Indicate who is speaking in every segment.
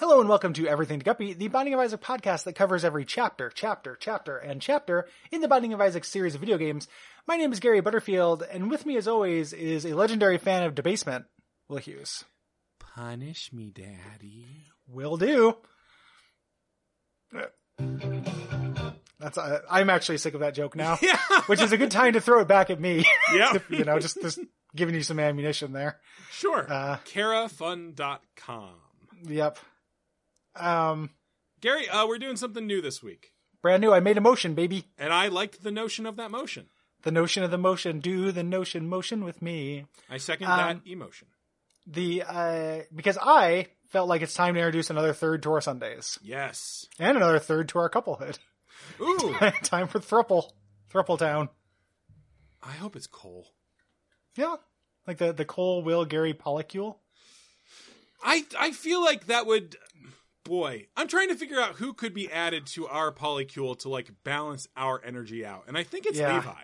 Speaker 1: Hello and welcome to Everything to Guppy, the Binding of Isaac podcast that covers every chapter, chapter, chapter, and chapter in the Binding of Isaac series of video games. My name is Gary Butterfield, and with me as always is a legendary fan of debasement, Will Hughes.
Speaker 2: Punish me, Daddy.
Speaker 1: Will do. That's I, I'm actually sick of that joke now,
Speaker 2: Yeah.
Speaker 1: which is a good time to throw it back at me.
Speaker 2: Yep.
Speaker 1: you know, just, just giving you some ammunition there.
Speaker 2: Sure.
Speaker 1: Uh,
Speaker 2: Carafun.com.
Speaker 1: yep. Um,
Speaker 2: Gary, uh, we're doing something new this week,
Speaker 1: brand new. I made a motion, baby.
Speaker 2: and I liked the notion of that motion.
Speaker 1: The notion of the motion. Do the notion motion with me.
Speaker 2: I second
Speaker 1: Um,
Speaker 2: that emotion.
Speaker 1: the uh because I felt like it's time to introduce another third to our Sundays
Speaker 2: Yes.
Speaker 1: and another third to our couplehood.
Speaker 2: Ooh.
Speaker 1: time for thruple, thruple town.
Speaker 2: I hope it's Cole.
Speaker 1: Yeah, like the the Cole Will Gary polycule.
Speaker 2: I I feel like that would. Boy, I'm trying to figure out who could be added to our polycule to like balance our energy out, and I think it's
Speaker 1: Yeah.
Speaker 2: Levi.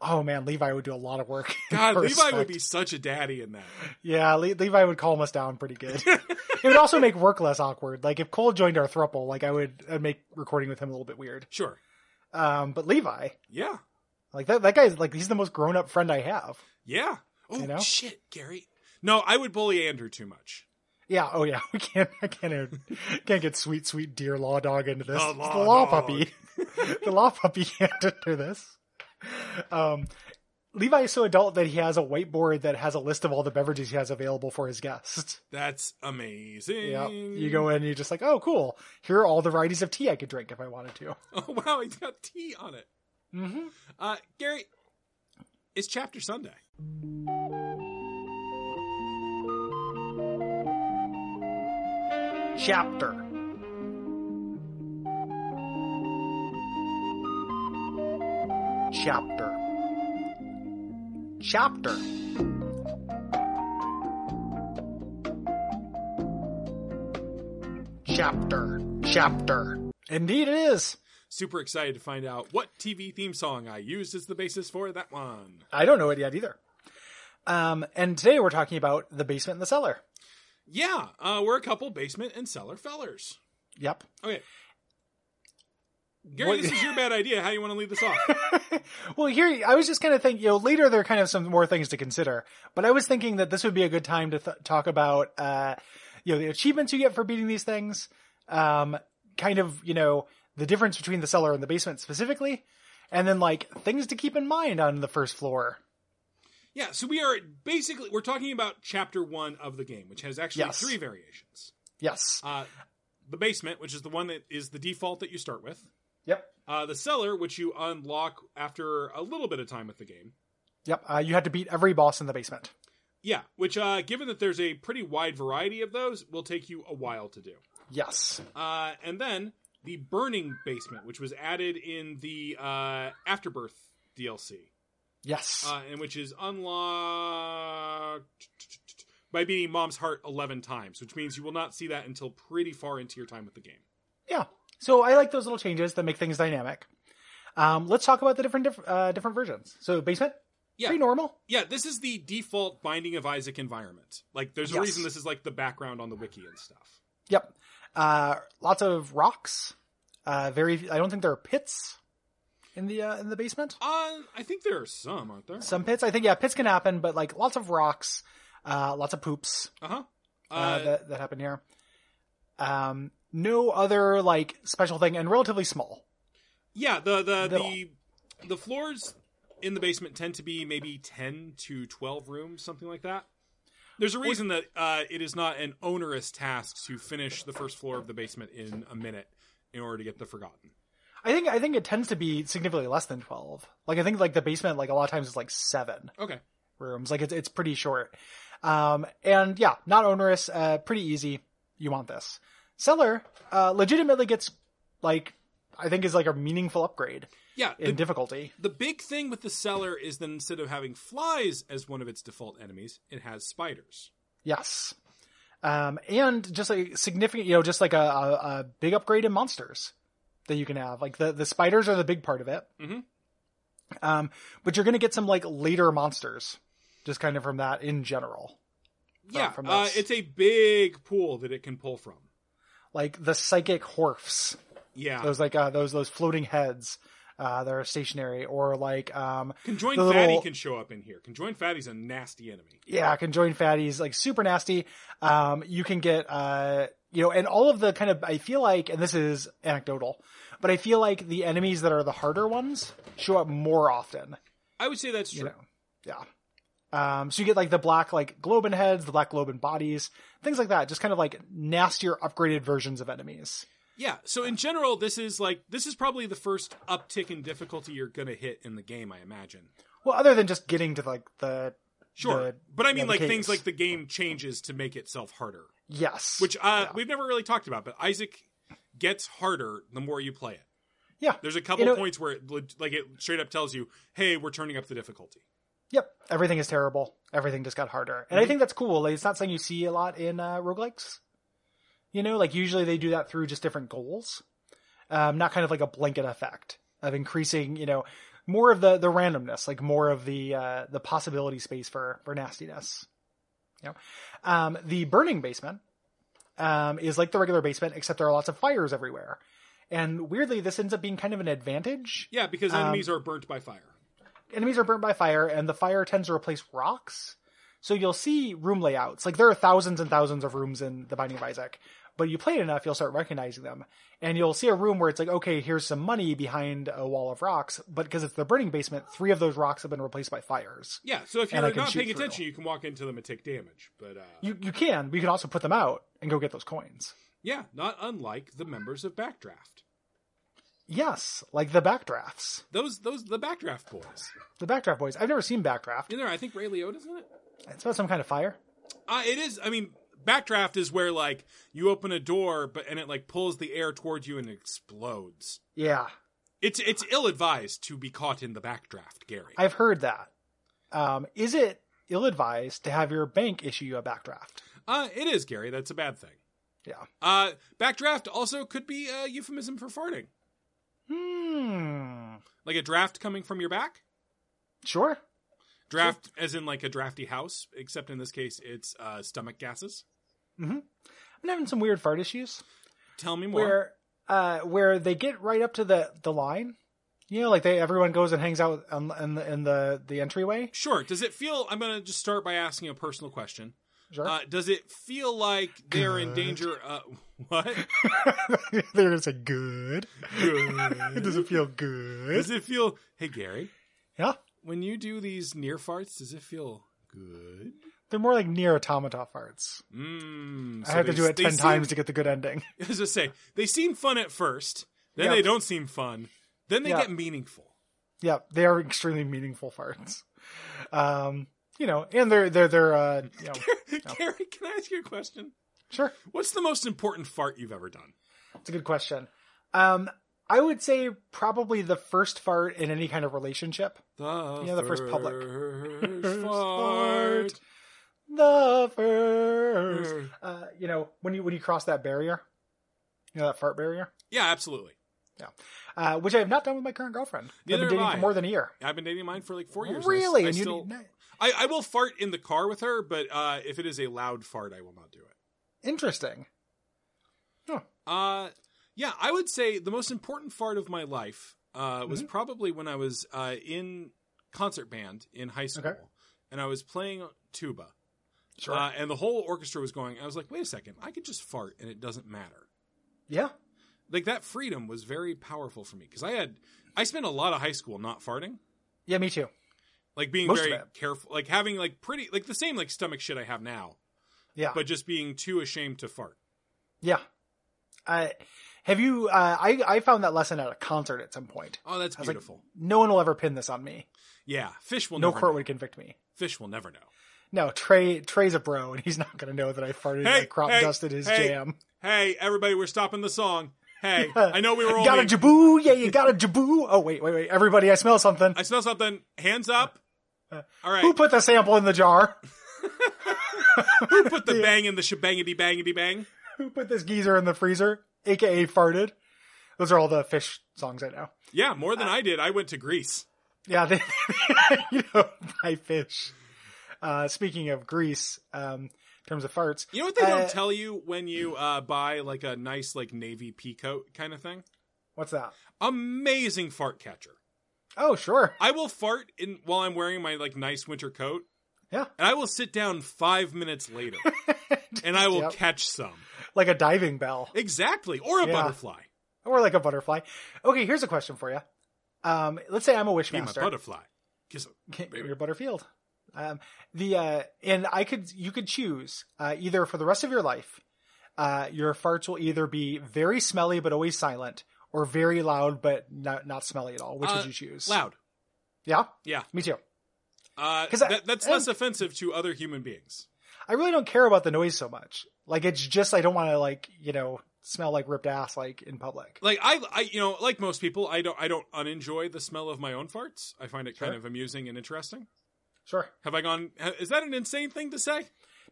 Speaker 1: Oh man, Levi would do a lot of work. in
Speaker 2: God, Levi
Speaker 1: retrospect.
Speaker 2: would be such a daddy in that.
Speaker 1: Yeah, Le- Levi would calm us down pretty good. it would also make work less awkward. Like if Cole joined our thruple, like I would I'd make recording with him a little bit weird.
Speaker 2: Sure.
Speaker 1: Um, but Levi,
Speaker 2: Yeah.
Speaker 1: like that that guy's like he's the most grown up friend I have.
Speaker 2: Yeah. Oh
Speaker 1: You know?
Speaker 2: shit, Gary. No, I would bully Andrew too much.
Speaker 1: Yeah. Oh, yeah. We can't. I can't. even- Can't get sweet, sweet dear law dog into this.
Speaker 2: The
Speaker 1: It's
Speaker 2: law
Speaker 1: the law
Speaker 2: dog.
Speaker 1: puppy. the law puppy can't enter this. Um, Levi is so adult that he has a whiteboard that has a list of all the beverages he has available for his guests.
Speaker 2: That's amazing.
Speaker 1: Yeah. You go in, and you're just like, oh, cool. Here are all the varieties of tea I could drink if I wanted to.
Speaker 2: Oh wow, he's got tea on it.
Speaker 1: Mm-hmm.
Speaker 2: Uh, Gary, it's Chapter Sunday.
Speaker 1: Chapter. Chapter. Chapter. Chapter. Chapter. Indeed, it is.
Speaker 2: Super excited to find out what TV theme song I used as the basis for that one.
Speaker 1: I don't know it yet either. Um, and today we're talking about the basement and the cellar.
Speaker 2: Yeah, uh, we're a couple basement and cellar fellers.
Speaker 1: Yep.
Speaker 2: Okay. Gary,
Speaker 1: What-
Speaker 2: this is your bad idea. How you want to lead this off?
Speaker 1: Well, here I was just kind of thinking. You know, later there are kind of some more things to consider, but I was thinking that this would be a good time to th- talk about, uh, you know, the achievements you get for beating these things, um, kind of, you know, the difference between the cellar and the basement specifically, and then like things to keep in mind on the first floor.
Speaker 2: yeah, so we are basically we're talking about Chapter One of the game, which has actually
Speaker 1: Yes.
Speaker 2: three variations.
Speaker 1: Yes.
Speaker 2: Uh, the basement, which is the one that is the default that you start with.
Speaker 1: Yep.
Speaker 2: Uh, the cellar, which you unlock after a little bit of time with the game.
Speaker 1: Yep. Uh, you had to beat every boss in the basement.
Speaker 2: Yeah, which, uh, given that there's a pretty wide variety of those, will take you a while to do.
Speaker 1: Yes.
Speaker 2: Uh, and then the burning basement, which was added in the uh, Afterbirth DLC,
Speaker 1: Yes.
Speaker 2: uh, and which is unlocked by beating Mom's Heart 11 times, which means you will not see that until pretty far into your time with the game.
Speaker 1: yeah. So I like those little changes that make things dynamic. Um, let's talk about the different diff- uh, different versions. So basement,
Speaker 2: Yeah.
Speaker 1: pretty normal.
Speaker 2: Yeah, this is the default Binding of Isaac environment. Like, there's a
Speaker 1: Yes.
Speaker 2: reason this is like the background on the wiki and stuff.
Speaker 1: Yep. Uh, lots of rocks. Uh, very. I don't think there are pits in the uh, in the basement.
Speaker 2: Uh, I think there are some, aren't there?
Speaker 1: Some pits. I think yeah, pits can happen, but like lots of rocks, uh, lots of poops
Speaker 2: Uh-huh. Uh
Speaker 1: uh, that that happen here. Um, no other like special thing, and relatively small.
Speaker 2: Yeah, the the the,
Speaker 1: Middle.
Speaker 2: the floors in the basement tend to be maybe ten to twelve rooms, something like that. There's a reason that uh, it is not an onerous task to finish the first floor of the basement in a minute in order to get the Forgotten.
Speaker 1: I think I think it tends to be significantly less than twelve. Like I think like the basement like a lot of times is like seven
Speaker 2: Okay.
Speaker 1: rooms. Like it's it's pretty short. Um, and yeah, not onerous. Uh, pretty easy. You want this cellar? Uh, legitimately gets like I think is like a meaningful upgrade
Speaker 2: Yeah.
Speaker 1: in
Speaker 2: The,
Speaker 1: difficulty.
Speaker 2: the big thing with the cellar is that instead of having flies as one of its default enemies, it has spiders.
Speaker 1: Yes. Um, and just a significant, you know, just like a, a, a big upgrade in monsters that you can have. Like the, the spiders are the big part of it.
Speaker 2: Mhm.
Speaker 1: Um, but you're going to get some like later monsters just kind of from that in general.
Speaker 2: Yeah,
Speaker 1: from
Speaker 2: uh,
Speaker 1: us.
Speaker 2: it's a big pool that it can pull from.
Speaker 1: like the psychic horfs.
Speaker 2: Yeah.
Speaker 1: Those like uh, those those floating heads uh, that are stationary, or like um,
Speaker 2: Conjoined
Speaker 1: the
Speaker 2: Fatty
Speaker 1: little-
Speaker 2: can show up in here. Conjoined Fatty's a nasty enemy.
Speaker 1: yeah, conjoined fatties, like super nasty. Um, you can get, uh, you know, and all of the kind of, I feel like, and this is anecdotal, but I feel like the enemies that are the harder ones show up more often,
Speaker 2: I would say that's
Speaker 1: you
Speaker 2: true.
Speaker 1: know? Yeah. Um, so you get like the black, like globin heads, the black globin bodies, things like that. Just kind of like nastier upgraded versions of enemies.
Speaker 2: Yeah. So in general, this is like this is probably the first uptick in difficulty you're gonna hit in the game. I imagine.
Speaker 1: Well, other than just getting to like the,
Speaker 2: Sure,
Speaker 1: The-
Speaker 2: but I
Speaker 1: yeah,
Speaker 2: mean
Speaker 1: the
Speaker 2: like things
Speaker 1: case.
Speaker 2: like the game changes to make itself harder,
Speaker 1: yes.
Speaker 2: which uh,
Speaker 1: Yeah.
Speaker 2: we've never really talked about. But Isaac gets harder the more you play it.
Speaker 1: Yeah.
Speaker 2: There's a couple
Speaker 1: You know-
Speaker 2: points where it, le- like it straight up tells you, "Hey, we're turning up the difficulty."
Speaker 1: Yep, everything is terrible. Everything just got harder, and I think that's cool. Like, it's not something you see a lot in uh, roguelikes. You know, like usually they do that through just different goals, um, not kind of like a blanket effect of increasing. You know, more of the the randomness, like more of the uh, the possibility space for for nastiness. You know, um, the burning basement um, is like the regular basement, except there are lots of fires everywhere. And weirdly, this ends up being kind of an advantage
Speaker 2: Yeah, because enemies are burnt by fire.
Speaker 1: enemies are burnt by fire and the fire tends to replace rocks so you'll see room layouts like there are thousands and thousands of rooms in the binding of isaac but you play it enough you'll start recognizing them and you'll see a room where it's like okay here's some money behind a wall of rocks but because it's the burning basement three of those rocks have been replaced by fires
Speaker 2: Yeah. So if you're
Speaker 1: And I can
Speaker 2: not
Speaker 1: shoot
Speaker 2: paying
Speaker 1: through.
Speaker 2: attention, you can walk into them and take damage. But uh,
Speaker 1: you, you can but you can also put them out and go get those coins
Speaker 2: yeah, not unlike the members of Backdraft.
Speaker 1: yes like the backdrafts
Speaker 2: Those those the Backdraft boys.
Speaker 1: the backdraft boys i've never seen backdraft
Speaker 2: In there, I think Ray Liotta, isn't it?
Speaker 1: it's about some kind of fire
Speaker 2: Uh, it is. I mean, backdraft is where like you open a door, but and it like pulls the air towards you and explodes.
Speaker 1: yeah
Speaker 2: It's it's ill advised to be caught in the backdraft, Gary.
Speaker 1: i've heard that um, is it ill-advised to have your bank issue you a backdraft
Speaker 2: Uh, it is Gary. That's a bad thing.
Speaker 1: yeah
Speaker 2: Uh, backdraft also could be a euphemism for farting,
Speaker 1: Hmm.
Speaker 2: like a draft coming from your back.
Speaker 1: Sure.
Speaker 2: Draft, as in like a drafty house, except in this case, it's uh, stomach gases.
Speaker 1: Mm-hmm. I'm having some weird fart issues
Speaker 2: Tell me more.
Speaker 1: where uh where they get right up to the the line. You know, like they everyone goes and hangs out on, in the in the the entryway.
Speaker 2: Sure. Does it feel? I'm gonna just start by asking a personal question.
Speaker 1: Sure.
Speaker 2: Uh, does it feel like they're in
Speaker 1: Good.
Speaker 2: danger? Uh, what?
Speaker 1: They're gonna say good.
Speaker 2: Good.
Speaker 1: It doesn't feel good.
Speaker 2: Does it feel? Hey Gary,
Speaker 1: Yeah.
Speaker 2: when you do these near farts, does it feel good?
Speaker 1: They're more like near automata farts.
Speaker 2: Mm,
Speaker 1: I have to do it ten
Speaker 2: seem,
Speaker 1: times to get the good ending.
Speaker 2: I was gonna say they seem fun at first, then
Speaker 1: Yeah.
Speaker 2: they don't seem fun, then they
Speaker 1: Yeah.
Speaker 2: get meaningful.
Speaker 1: yeah, they are extremely meaningful farts. Um, you know, and they're they're they're uh, you know,
Speaker 2: Gary, can I ask you a question?
Speaker 1: sure.
Speaker 2: What's the most important fart you've ever done?
Speaker 1: It's a good question. Um, I would say probably the first fart in any kind of relationship.
Speaker 2: The
Speaker 1: Yeah, the first public.
Speaker 2: first
Speaker 1: fart.
Speaker 2: fart.
Speaker 1: The
Speaker 2: Mm.
Speaker 1: first, uh, you know, when you when you cross that barrier, you know that fart barrier,
Speaker 2: Yeah, absolutely.
Speaker 1: uh, which I have not done with my current girlfriend. I've
Speaker 2: Neither
Speaker 1: been
Speaker 2: have
Speaker 1: dating
Speaker 2: I.
Speaker 1: for more than a year.
Speaker 2: I've been dating mine for like four years. and I-
Speaker 1: really?
Speaker 2: I,
Speaker 1: and you
Speaker 2: still-
Speaker 1: didn't-
Speaker 2: I, I will fart in the car with her, but uh, if it is a loud fart, I will not do it.
Speaker 1: interesting.
Speaker 2: Uh, yeah, I would say the most important part of my life uh,
Speaker 1: Mm-hmm.
Speaker 2: was probably when I was uh, in concert band in high school,
Speaker 1: Okay.
Speaker 2: and I was playing tuba,
Speaker 1: Sure.
Speaker 2: uh, and the whole orchestra was going. I was like, wait a second, I could just fart, and it doesn't matter.
Speaker 1: yeah.
Speaker 2: Like that freedom was very powerful for me because I had I spent a lot of high school not farting,
Speaker 1: Yeah. Me too.
Speaker 2: like being
Speaker 1: Most of
Speaker 2: very
Speaker 1: it.
Speaker 2: careful, like having like pretty like the same like stomach shit I have now,
Speaker 1: Yeah.
Speaker 2: but just being too ashamed to fart.
Speaker 1: yeah. Uh, have you? Uh, I I found that lesson at a concert at some point.
Speaker 2: Oh, that's
Speaker 1: was like,
Speaker 2: beautiful.
Speaker 1: No one will ever pin this on me.
Speaker 2: yeah, fish will
Speaker 1: no
Speaker 2: never
Speaker 1: court
Speaker 2: know.
Speaker 1: would convict me.
Speaker 2: Fish will never know.
Speaker 1: No, Trey Trey's a bro, and he's not going to know that I farted
Speaker 2: Hey,
Speaker 1: and I crop
Speaker 2: hey,
Speaker 1: dusted his
Speaker 2: hey.
Speaker 1: jam.
Speaker 2: hey, everybody, we're stopping the song. Hey, I know we were
Speaker 1: got a
Speaker 2: only.
Speaker 1: jaboo, yeah, you got a jaboo. Oh wait, wait, wait, everybody, I smell something.
Speaker 2: I smell something. Hands up. All right.
Speaker 1: Who put the sample in the jar?
Speaker 2: Who put the bang in the shebangity bangity bang?
Speaker 1: Who put this geezer in the freezer? AKA farted. Those are all the fish songs I know.
Speaker 2: Yeah,
Speaker 1: Uh,
Speaker 2: more than I did. I went to Greece.
Speaker 1: Yeah, they, you know, by fish. Uh, speaking of grease, um, in terms of farts,
Speaker 2: You know what they don't
Speaker 1: Uh,
Speaker 2: tell you when you uh, buy like a nice like navy pea coat kind of thing?
Speaker 1: what's that?
Speaker 2: Amazing fart catcher.
Speaker 1: Oh, sure.
Speaker 2: I will fart in while I'm wearing my like nice winter coat.
Speaker 1: Yeah.
Speaker 2: And I will sit down five minutes later and I will
Speaker 1: Yep.
Speaker 2: catch some.
Speaker 1: Like a diving bell
Speaker 2: Exactly. Or a
Speaker 1: Yeah.
Speaker 2: butterfly.
Speaker 1: or like a butterfly. Okay, here's a question for you. Um, let's say I'm a
Speaker 2: Be my
Speaker 1: wishmaster.
Speaker 2: butterfly. Kiss a-
Speaker 1: Can't-
Speaker 2: Maybe.
Speaker 1: Your Butterfield. Um, the uh, and I could you could choose uh, either for the rest of your life. Uh, your farts will either be very smelly but always silent, or very loud but not not smelly at all. Which
Speaker 2: Uh,
Speaker 1: would you choose?
Speaker 2: Loud.
Speaker 1: Yeah.
Speaker 2: Yeah.
Speaker 1: Me too.
Speaker 2: Uh,
Speaker 1: 'Cause I-
Speaker 2: that, that's
Speaker 1: and-
Speaker 2: less offensive to other human beings.
Speaker 1: I really don't care about the noise so much. Like it's just I don't want to like you know smell like ripped ass like in public.
Speaker 2: Like I, I, you know, like most people, I don't, I don't unenjoy the smell of my own farts. I find it kind
Speaker 1: Sure.
Speaker 2: of amusing and interesting.
Speaker 1: Sure.
Speaker 2: Have I gone? ha- Is that an insane thing to say?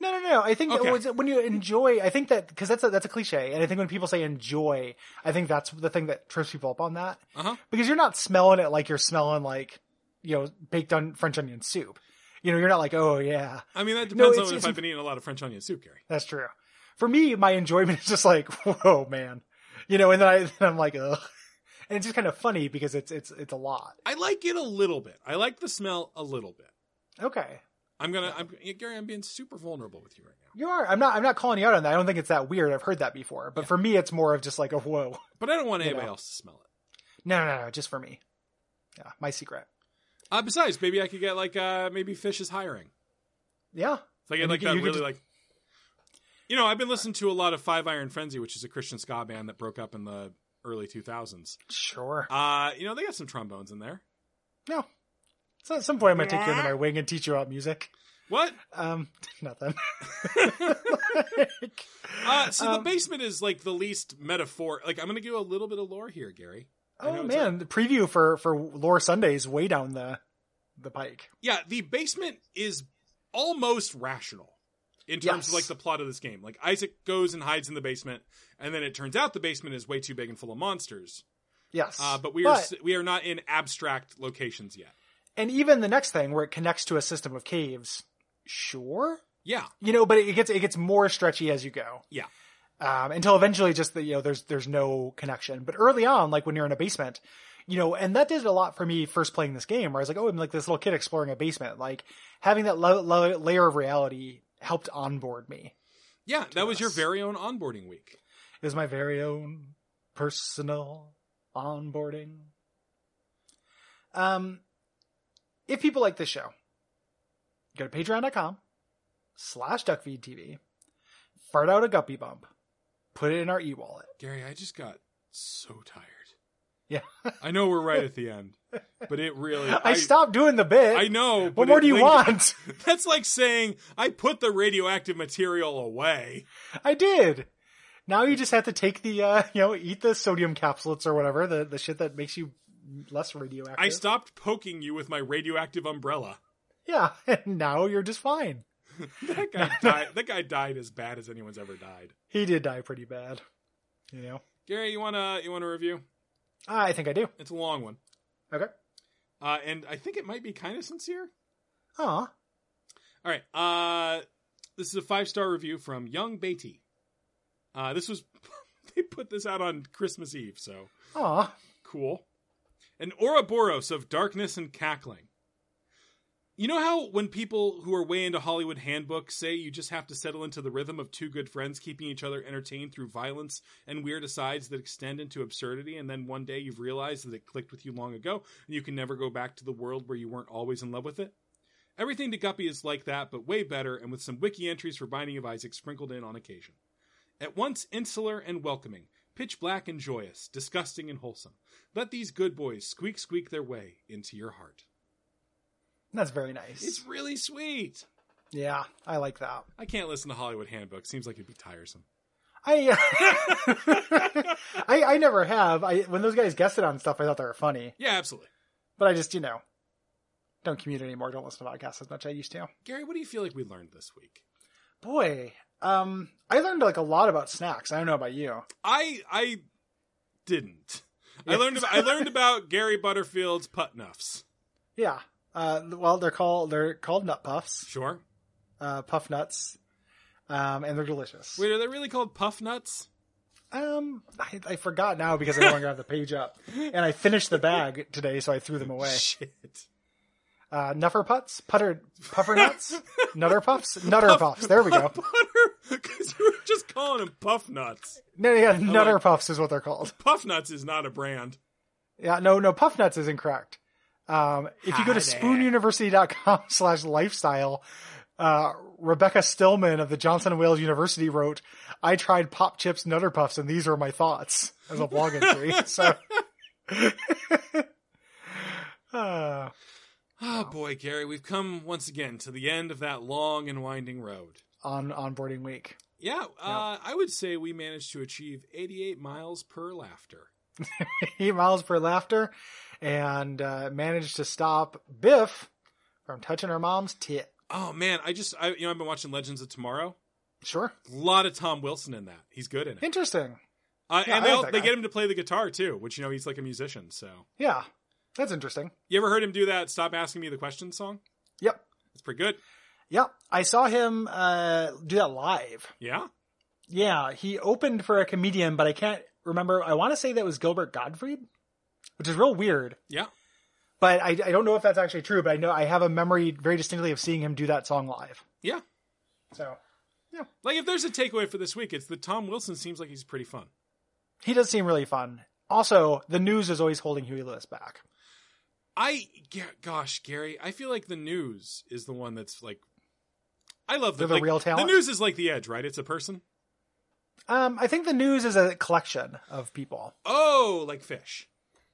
Speaker 1: No, no, no. I think that
Speaker 2: Okay.
Speaker 1: was- when you enjoy, I think that because that's a, that's a cliche, and I think when people say enjoy, I think that's the thing that trips people up on that.
Speaker 2: Uh huh.
Speaker 1: because you're not smelling it like you're smelling like you know baked on French onion soup. You know, you're not like, oh yeah,
Speaker 2: I mean, that
Speaker 1: No,
Speaker 2: depends
Speaker 1: it's-
Speaker 2: on if
Speaker 1: it's-
Speaker 2: I've been eating a lot of French onion soup, Gary.
Speaker 1: that's true. For me, my enjoyment is just like, whoa, man, you know, and then, I, then I'm like, ugh, and it's just kind of funny because it's it's it's a lot.
Speaker 2: I like it a little bit. I like the smell a little bit.
Speaker 1: Okay,
Speaker 2: I'm gonna, I'm yeah, Gary. I'm being super vulnerable with you right now,
Speaker 1: you are. I'm not. I'm not calling you out on that. I don't think it's that weird. I've heard that before, but for me, it's more of just like a whoa.
Speaker 2: but I don't want
Speaker 1: You
Speaker 2: anybody
Speaker 1: know.
Speaker 2: else to smell it.
Speaker 1: No, no, no, just for me. Yeah, my secret.
Speaker 2: Uh, besides, maybe I could get like, uh, maybe Fish is hiring.
Speaker 1: Yeah,
Speaker 2: If I get
Speaker 1: And
Speaker 2: like
Speaker 1: you could-
Speaker 2: that
Speaker 1: you could
Speaker 2: really
Speaker 1: just-
Speaker 2: like. You know, I've been listening to a lot of Five Iron Frenzy, which is a Christian ska band that broke up in the early 2000s.
Speaker 1: sure.
Speaker 2: Uh, you know, they got some trombones in there.
Speaker 1: So at some point, I'm gonna take you under my wing and teach you about music.
Speaker 2: What?
Speaker 1: Um, nothing.
Speaker 2: Uh, see, the
Speaker 1: Um,
Speaker 2: basement is like the least metaphor. Like, I'm going to give a little bit of lore here, Gary. I know
Speaker 1: Oh
Speaker 2: it's
Speaker 1: man, the preview for for Lore Sundays way down the the pike.
Speaker 2: Yeah, the basement is almost rational in
Speaker 1: Yes.
Speaker 2: terms of like the plot of this game. Like, Isaac goes and hides in the basement, and then it turns out the basement is way too big and full of monsters.
Speaker 1: Yes,
Speaker 2: Uh, but we are s- we are not in abstract locations yet.
Speaker 1: and even the next thing where it connects to a system of caves. Sure,
Speaker 2: Yeah,
Speaker 1: you know, but it gets it gets more stretchy as you go.
Speaker 2: Yeah.
Speaker 1: um, until eventually, just that you know, there's there's no connection. But early on, like when you're in a basement, you know, and that did a lot for me first playing this game, where I was like, oh, I'm like this little kid exploring a basement. Like having that lo- lo- layer of reality helped onboard me.
Speaker 2: yeah, that was your
Speaker 1: us.
Speaker 2: very own onboarding week.
Speaker 1: is my very own personal onboarding. Um, if people like this show, go to patreon.com slash duckfeedtv, fart out a guppy bump, put it in our e-wallet.
Speaker 2: Gary, I just got so tired.
Speaker 1: Yeah.
Speaker 2: I know we're right at the end, but it really.
Speaker 1: I, stopped doing the bit.
Speaker 2: I know. but
Speaker 1: what more
Speaker 2: it
Speaker 1: do you
Speaker 2: lingered.
Speaker 1: want?
Speaker 2: That's like saying I put the radioactive material away.
Speaker 1: I did. Now you just have to take the, uh, you know, eat the sodium capsules or whatever, the, the shit that makes you less radioactive.
Speaker 2: I stopped poking you with my radioactive umbrella.
Speaker 1: yeah, and now you're just fine.
Speaker 2: That guy died. That guy died as bad as anyone's ever died.
Speaker 1: He did die pretty bad. You know?
Speaker 2: Gary, you wanna you wanna review?
Speaker 1: I think I do.
Speaker 2: It's a long one,
Speaker 1: Okay.
Speaker 2: uh, and I think it might be kind of sincere.
Speaker 1: Aw.
Speaker 2: All right. Uh, this is a five star review from Young Beatty. Uh, this was they put this out on Christmas Eve, so
Speaker 1: Aw.
Speaker 2: cool. An Ouroboros of darkness and cackling. You know how when people who are way into Hollywood handbooks say you just have to settle into the rhythm of two good friends keeping each other entertained through violence and weird asides that extend into absurdity, and then one day you've realized that it clicked with you long ago and you can never go back to the world where you weren't always in love with it? Everything to Guppy is like that, but way better, and with some wiki entries for Binding of Isaac sprinkled in on occasion. At once insular and welcoming, pitch black and joyous, disgusting and wholesome. Let these good boys squeak squeak their way into your heart.
Speaker 1: That's very nice.
Speaker 2: It's really sweet.
Speaker 1: Yeah, I like that.
Speaker 2: I can't listen to Hollywood Handbook. Seems like it'd be tiresome.
Speaker 1: I, I I never have. I when those guys guessed it on stuff, I thought they were funny.
Speaker 2: Yeah, absolutely.
Speaker 1: But I just, you know, don't commute anymore. Don't listen to podcasts as much as I used to.
Speaker 2: Gary, what do you feel like we learned this week?
Speaker 1: Boy, um, I learned like a lot about snacks. I don't know about you.
Speaker 2: I I didn't. I
Speaker 1: Yeah.
Speaker 2: learned about, I learned about Gary Butterfield's putnuffs.
Speaker 1: Yeah, Uh, well, they're called they're called nut puffs,
Speaker 2: Sure.
Speaker 1: uh, puff nuts, um, and they're delicious.
Speaker 2: Wait, are they really called puff nuts?
Speaker 1: Um, I, I forgot now because I no longer have the page up, and I finished the bag today, so I threw them away.
Speaker 2: Shit.
Speaker 1: Uh, nuffer putts, putter, puffer nuts, nutter puffs, nutter puffs. There we go.
Speaker 2: Because you were just calling them puff nuts.
Speaker 1: No, yeah, nutter
Speaker 2: like-
Speaker 1: puffs is what they're called.
Speaker 2: Puff nuts is not a brand.
Speaker 1: Yeah, no, no, puff nuts is incorrect. Um, if you go to
Speaker 2: Hi there.
Speaker 1: spoonuniversity.com slash lifestyle, uh, Rebecca Stillman of the Johnson and Wales University wrote, I tried pop chips nutter puffs and these were my thoughts as a blog entry. So, uh,
Speaker 2: Oh boy, Gary, we've come once again to the end of that long and winding road.
Speaker 1: on onboarding week.
Speaker 2: Yeah, uh, I would say we managed to achieve 88 miles per laughter.
Speaker 1: eight miles per laughter and uh, managed to stop Biff from touching her mom's tit.
Speaker 2: Oh man, I just I you know I've been watching Legends of Tomorrow.
Speaker 1: Sure.
Speaker 2: A lot of Tom Wilson in that. He's good in it.
Speaker 1: Interesting.
Speaker 2: Uh,
Speaker 1: Yeah,
Speaker 2: and
Speaker 1: I
Speaker 2: they
Speaker 1: like
Speaker 2: all,
Speaker 1: that
Speaker 2: they
Speaker 1: guy.
Speaker 2: get him to play the guitar too, which you know he's like a musician. So
Speaker 1: Yeah. That's interesting.
Speaker 2: you ever heard him do that? Stop asking me the question song.
Speaker 1: Yep.
Speaker 2: It's pretty good.
Speaker 1: Yep. I saw him uh, do that live.
Speaker 2: Yeah.
Speaker 1: Yeah. He opened for a comedian, but I can't remember. I want to say that was Gilbert Gottfried, which is real weird.
Speaker 2: Yeah.
Speaker 1: But I, I don't know if that's actually true, but I know I have a memory very distinctly of seeing him do that song live.
Speaker 2: Yeah.
Speaker 1: So
Speaker 2: Like if there's a takeaway for this week, it's that Tom Wilson seems like he's pretty fun.
Speaker 1: he does seem really fun. Also, the news is always holding Huey Lewis back.
Speaker 2: I g- gosh, Gary, I feel like the news is the one that's like I love the,
Speaker 1: They're the
Speaker 2: like,
Speaker 1: real talent?
Speaker 2: The news is like the edge, right? It's a person.
Speaker 1: Um, I think the news is a collection of people.
Speaker 2: Oh, like fish.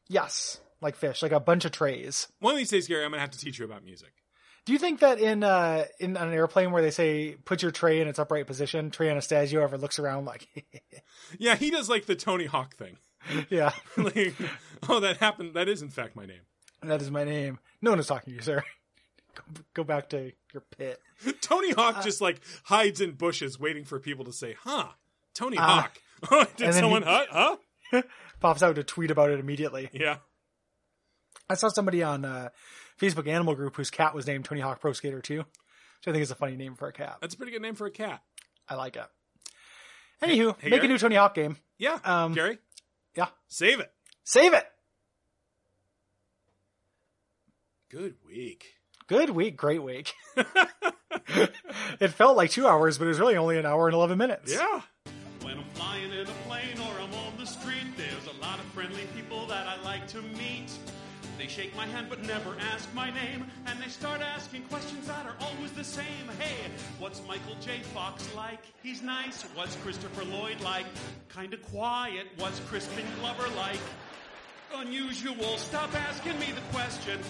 Speaker 1: Yes, like fish, like a bunch of trays.
Speaker 2: One of these days, Gary, I'm gonna have to teach you about music.
Speaker 1: Do you think that in uh in on an airplane where they say put your tray in its upright position, Trey Anastasio ever looks around like,
Speaker 2: Yeah, he does like the Tony Hawk thing.
Speaker 1: yeah,
Speaker 2: like, oh, that happened. That is in fact my name.
Speaker 1: that is my name. No one is talking to you, sir. Go, go back to your pit.
Speaker 2: Tony
Speaker 1: Uh,
Speaker 2: Hawk just like hides in bushes waiting for people to say, "Huh, Tony
Speaker 1: Ah.
Speaker 2: Hawk." Oh,
Speaker 1: And then
Speaker 2: did someone
Speaker 1: he-
Speaker 2: huh? Huh?
Speaker 1: Pops out to tweet about it immediately.
Speaker 2: Yeah.
Speaker 1: I saw somebody on uh Facebook Animal Group whose cat was named Tony Hawk Pro Skater 2, which I think is a funny name for a cat.
Speaker 2: That's a pretty good name for a cat.
Speaker 1: I like it. Anywho,
Speaker 2: Hey,
Speaker 1: make a
Speaker 2: Gary?
Speaker 1: new Tony Hawk game.
Speaker 2: Yeah.
Speaker 1: Um,
Speaker 2: Gary?
Speaker 1: yeah.
Speaker 2: Save it.
Speaker 1: Save it.
Speaker 2: Good week.
Speaker 1: Good week, great week. it felt like two hours, but it was really only an hour and 11 minutes.
Speaker 2: Yeah.
Speaker 3: When I'm flying in a plane or I'm on the street, there's a lot of friendly people that I like to meet. They shake my hand but never ask my name, and they start asking questions that are always the same. Hey, what's Michael J. Fox like? He's nice. What's Christopher Lloyd like? Kinda quiet. What's Crispin Glover like? Unusual. Stop asking me the question.